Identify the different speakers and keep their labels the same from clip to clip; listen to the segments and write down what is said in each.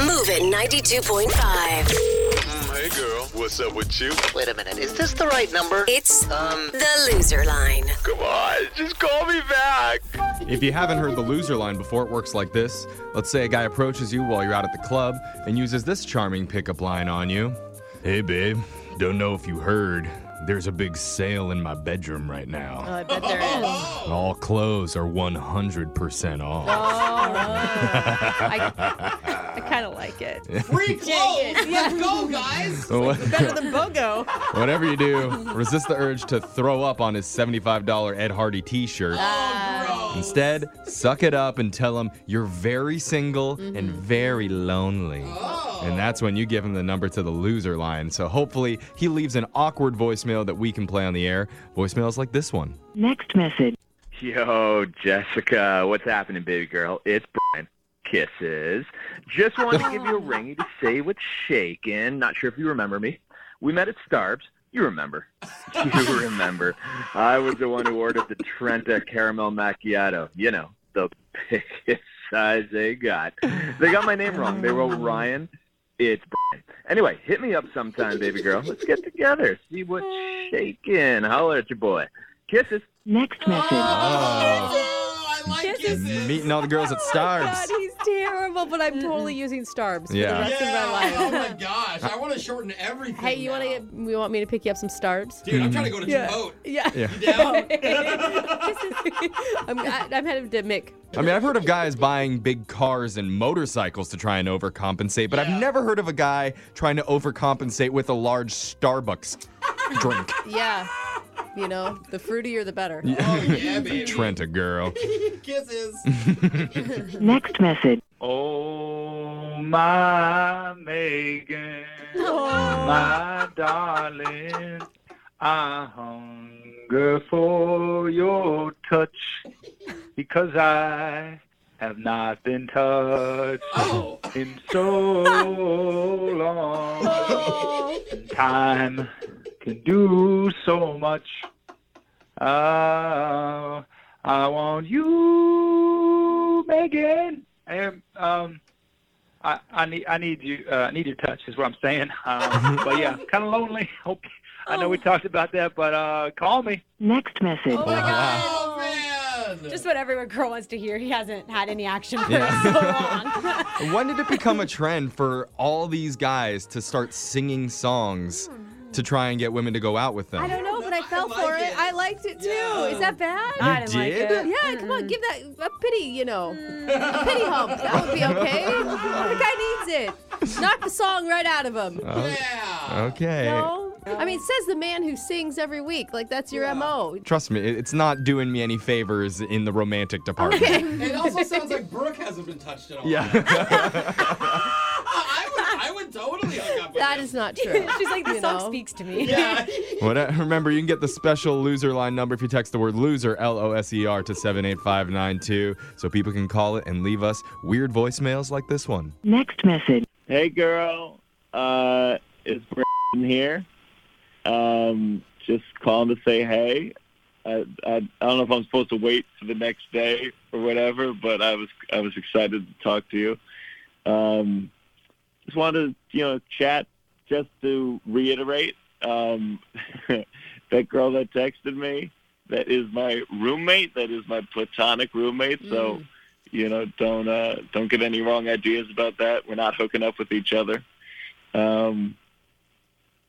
Speaker 1: Move at 92.5.
Speaker 2: Mm, Hey girl, what's up with you?
Speaker 3: Wait a minute, is this the right number?
Speaker 1: It's
Speaker 3: Um,
Speaker 1: the loser line.
Speaker 2: Come on, just call me back.
Speaker 4: If you haven't heard the loser line before, it works like this. Let's say a guy approaches you while you're out at the club and uses this charming pickup line on you. Hey, babe, don't know if you heard. There's a big sale in my bedroom right
Speaker 5: Oh,
Speaker 4: now.
Speaker 5: I bet there is.
Speaker 4: All clothes are 100% off.
Speaker 5: I, I kind of like it.
Speaker 6: Free clothes. Let's go, guys.
Speaker 5: Better than BOGO.
Speaker 4: Whatever you do, resist the urge to throw up on his $75 Ed Hardy t shirt. Instead, suck it up and tell him you're very single and very lonely. And that's when you give him the number to the loser line. So hopefully, he leaves an awkward voicemail that we can play on the air. Voicemails like this one.
Speaker 7: Next message.
Speaker 8: Yo, Jessica, what's happening, baby girl? It's Brian. Kisses. Just wanted to give you a ring to say what's shaking. Not sure if you remember me. We met at Starbs. You remember. You remember. I was the one who ordered the Trenta caramel macchiato. You know, the biggest size they got. They got my name wrong. They wrote Ryan. It's Brian. Anyway, hit me up sometime, baby girl. Let's get together. See what's shaking. Holler at your boy. Kisses.
Speaker 7: Next message.
Speaker 6: Oh, I like
Speaker 5: Kisses.
Speaker 6: kisses.
Speaker 4: Meeting all the girls at
Speaker 5: Oh God,
Speaker 4: Starbs.
Speaker 5: he's terrible, but I'm totally using Starbs for
Speaker 4: Yeah.
Speaker 5: the rest of our
Speaker 6: Yeah.
Speaker 5: lives.
Speaker 6: Oh my gosh. I want to shorten everything.
Speaker 5: Hey, you want
Speaker 6: now.
Speaker 5: to? We want me to pick you up some Starbs?
Speaker 6: Dude, I'm trying to go to
Speaker 5: Yeah.
Speaker 6: Chipotle.
Speaker 5: Yeah.
Speaker 4: Yeah.
Speaker 6: You down?
Speaker 5: I'm, I, I'm headed to Mick.
Speaker 4: I mean, I've heard of guys buying big cars and motorcycles to try and overcompensate, but I've never heard of a guy trying to overcompensate with a large Starbucks drink.
Speaker 5: Yeah. You know, the fruitier the better.
Speaker 6: Oh yeah, baby.
Speaker 4: Trenta girl.
Speaker 6: Kisses.
Speaker 7: Next message.
Speaker 8: Oh, my Megan, my darling, I hunger for your touch because I have not been touched
Speaker 6: Oh.
Speaker 8: in so long. Time can do so much. Uh, I want you, Megan. And, um, I, I need I need you uh, I need your touch is what I'm saying. Um, but yeah, kind of lonely. Hope I
Speaker 9: Oh.
Speaker 8: know we talked about that, but uh, call me.
Speaker 7: Next message.
Speaker 5: Oh my God.
Speaker 6: Oh man.
Speaker 10: Just what every girl wants to hear. He hasn't had any action for
Speaker 4: Yeah.
Speaker 10: so long.
Speaker 4: When did it become a trend for all these guys to start singing songs to try and get women to go out with them?
Speaker 5: I don't know, but I
Speaker 6: I
Speaker 5: fell
Speaker 6: like
Speaker 5: for it.
Speaker 6: it.
Speaker 5: I liked it too.
Speaker 6: Yeah.
Speaker 5: Is that bad?
Speaker 4: You did?
Speaker 5: Yeah, come on, give that a pity, you know. A pity hump. That would be okay. the guy needs it. Knock the song right out of him.
Speaker 4: Oh,
Speaker 6: Yeah.
Speaker 4: okay.
Speaker 5: No? I mean, it says the man who sings every week. Like, that's your MO.
Speaker 4: Trust me, it- it's not doing me any favors in the romantic department.
Speaker 6: It also sounds like Brooke hasn't been touched at all.
Speaker 4: Yeah.
Speaker 6: I, I would, I would totally hook up with
Speaker 5: That
Speaker 6: him.
Speaker 5: is not true.
Speaker 10: She's like, this
Speaker 5: You
Speaker 10: song
Speaker 5: know?
Speaker 10: speaks to me.
Speaker 6: Yeah.
Speaker 4: What, uh, remember, you can get the special loser line number if you text the word loser, L O S E R, to 78592 so people can call it and leave us weird voicemails like this one.
Speaker 7: Next message.
Speaker 11: Hey, girl. Uh, it's Brandon here. Um, just calling to say hey. I, I, I don't know if I'm supposed to wait for the next day or whatever, but I was I was excited to talk to you. Um, just wanted to you know chat just to reiterate um, that girl that texted me that is my roommate that is my platonic roommate so you know don't uh, don't get any wrong ideas about that we're not hooking up with each other um,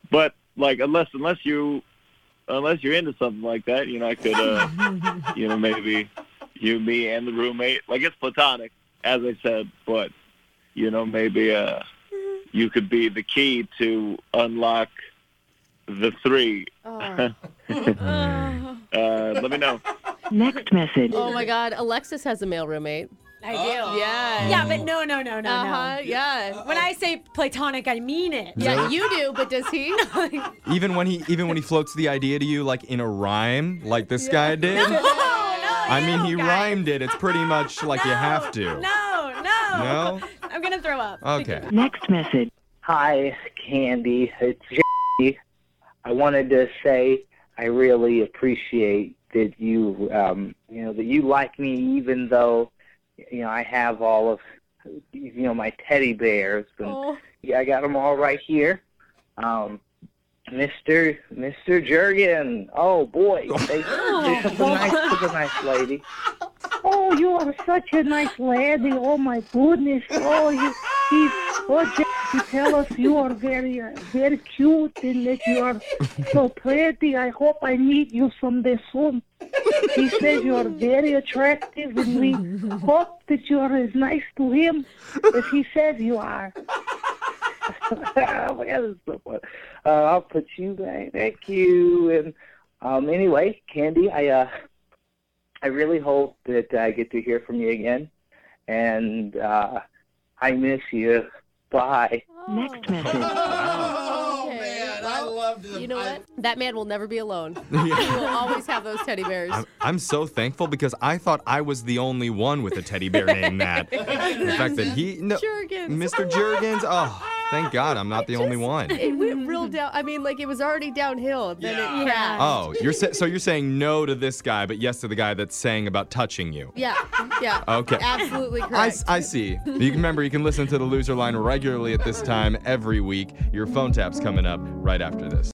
Speaker 11: but like unless unless you unless you're into something like that you know I could uh, you know maybe you me and the roommate like it's platonic as I said but you know maybe uh, you could be the key to unlock the three
Speaker 5: Oh.
Speaker 11: uh, let me know
Speaker 7: Next message.
Speaker 5: Oh my God. Alexis has a male roommate.
Speaker 10: I
Speaker 6: Uh-oh.
Speaker 10: do.
Speaker 5: Yeah.
Speaker 10: Yeah, but no, no, no, no,
Speaker 5: Uh
Speaker 4: Uh-huh.
Speaker 5: huh. Yeah.
Speaker 10: no. When I say platonic, I mean it.
Speaker 5: Yeah, you do, but does he?
Speaker 4: Oh, Even when he even when he floats the idea to you like in a rhyme, like this guy did.
Speaker 10: Oh, no,
Speaker 4: I mean,
Speaker 10: no,
Speaker 4: he
Speaker 10: guys.
Speaker 4: rhymed it. It's pretty much like you
Speaker 10: No,
Speaker 4: have to.
Speaker 10: No, no.
Speaker 4: No?
Speaker 10: I'm going to throw up.
Speaker 4: Okay.
Speaker 7: Next message.
Speaker 9: Hi, Candy. It's Jesse. I wanted to say I really appreciate that you, um, you know, that you like me, even though, you know, I have all of you know, my teddy bears. And,
Speaker 10: Oh.
Speaker 9: yeah, I got them all right here. Um, Mr. Mr. Jurgen. Oh boy, they, are such a nice, such a nice lady.
Speaker 12: Oh, you are such a nice lady. Oh my goodness. Oh, you, he, oh, Jack, he tell us you are very, uh, very cute and that you are so pretty. I hope I meet you someday soon. He says you are very attractive, and we hope that you are as nice to him as he says you are.
Speaker 9: well, uh, I'll put you back. Thank you. And um, anyway, Candy, I uh, I really hope that I get to hear from you again. And uh, I miss you. Bye.
Speaker 7: Next message.
Speaker 5: Oh, man, I loved him. You know what? That man will never be alone. He will always have those teddy bears.
Speaker 4: I'm, I'm so thankful because I thought I was the only one with a teddy bear named that. The fact that he, no,
Speaker 5: Jurgens.
Speaker 4: Mr. Jurgens. Oh, thank God I'm not the only one.
Speaker 5: It went real down. I mean, like it was already downhill. Then it crashed.
Speaker 4: Oh, you're sa- so you're saying no to this guy, but yes to the guy that's saying about touching you.
Speaker 5: Yeah, yeah.
Speaker 4: Okay.
Speaker 5: Absolutely correct.
Speaker 4: I, I see. You can remember you can listen to the loser line regularly at this time every week. Your phone tap's coming up right after this.